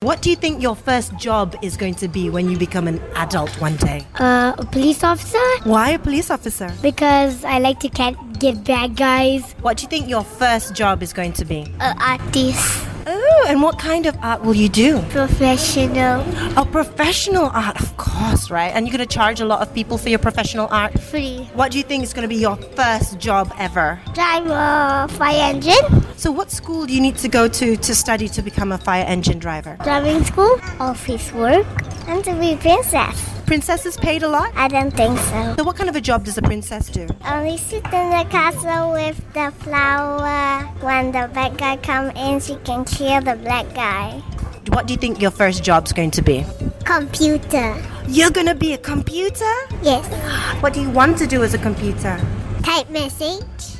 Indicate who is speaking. Speaker 1: What do you think your first job is going to be when you become an adult one day?
Speaker 2: Uh, a police officer
Speaker 1: Why a police officer?
Speaker 2: because I like to get, get bad guys. uh,
Speaker 1: What do you think your first job is going to be?
Speaker 2: A artist,
Speaker 1: Oh, and what kind of art will you do?
Speaker 2: professional,
Speaker 1: A professional art, of course, right? And you're going to charge a lot of people for your professional art.
Speaker 2: free
Speaker 1: What do you think is going to be your first job ever?
Speaker 2: driver, fire engine,
Speaker 1: So, what school do you need to go to to study to become a fire engine driver?
Speaker 2: driving school, office work, and to be princess.
Speaker 1: Princess is paid a lot.
Speaker 2: I don't think so.
Speaker 1: So, what kind of a job does a princess do?
Speaker 2: Only sit in the castle with the flower. When the bad guy come in, she can kill the black guy.
Speaker 1: What do you think your first job's going to be?
Speaker 2: Computer.
Speaker 1: You're going to be a computer?
Speaker 2: Yes.
Speaker 1: What do you want to do as a computer?
Speaker 2: Type message.